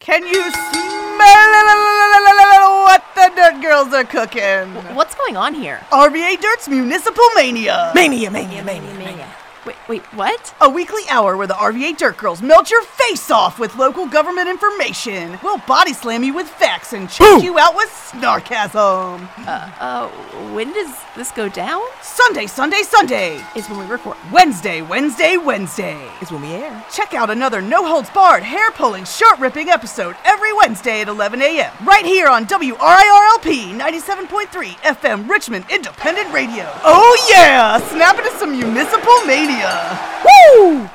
Can you smell what the dirt girls are cooking? What's going on here? RBA Dirt's Municipal Mania. Mania, mania, mania, Mania. Wait, wait, what? A weekly hour where the RVA Dirt Girls melt your face off with local government information. We'll body slam you with facts and choke Boom. you out with snarkasm. Uh, when does this go down? Sunday, Sunday, Sunday. Is when we record. Wednesday, Wednesday, Wednesday. It's when we air. Check out another no holds barred, hair pulling, shirt ripping episode every Wednesday at 11 a.m. right here on WRIRLP 97.3 FM Richmond Independent Radio. Oh yeah! Snap into some municipal mania. Woo!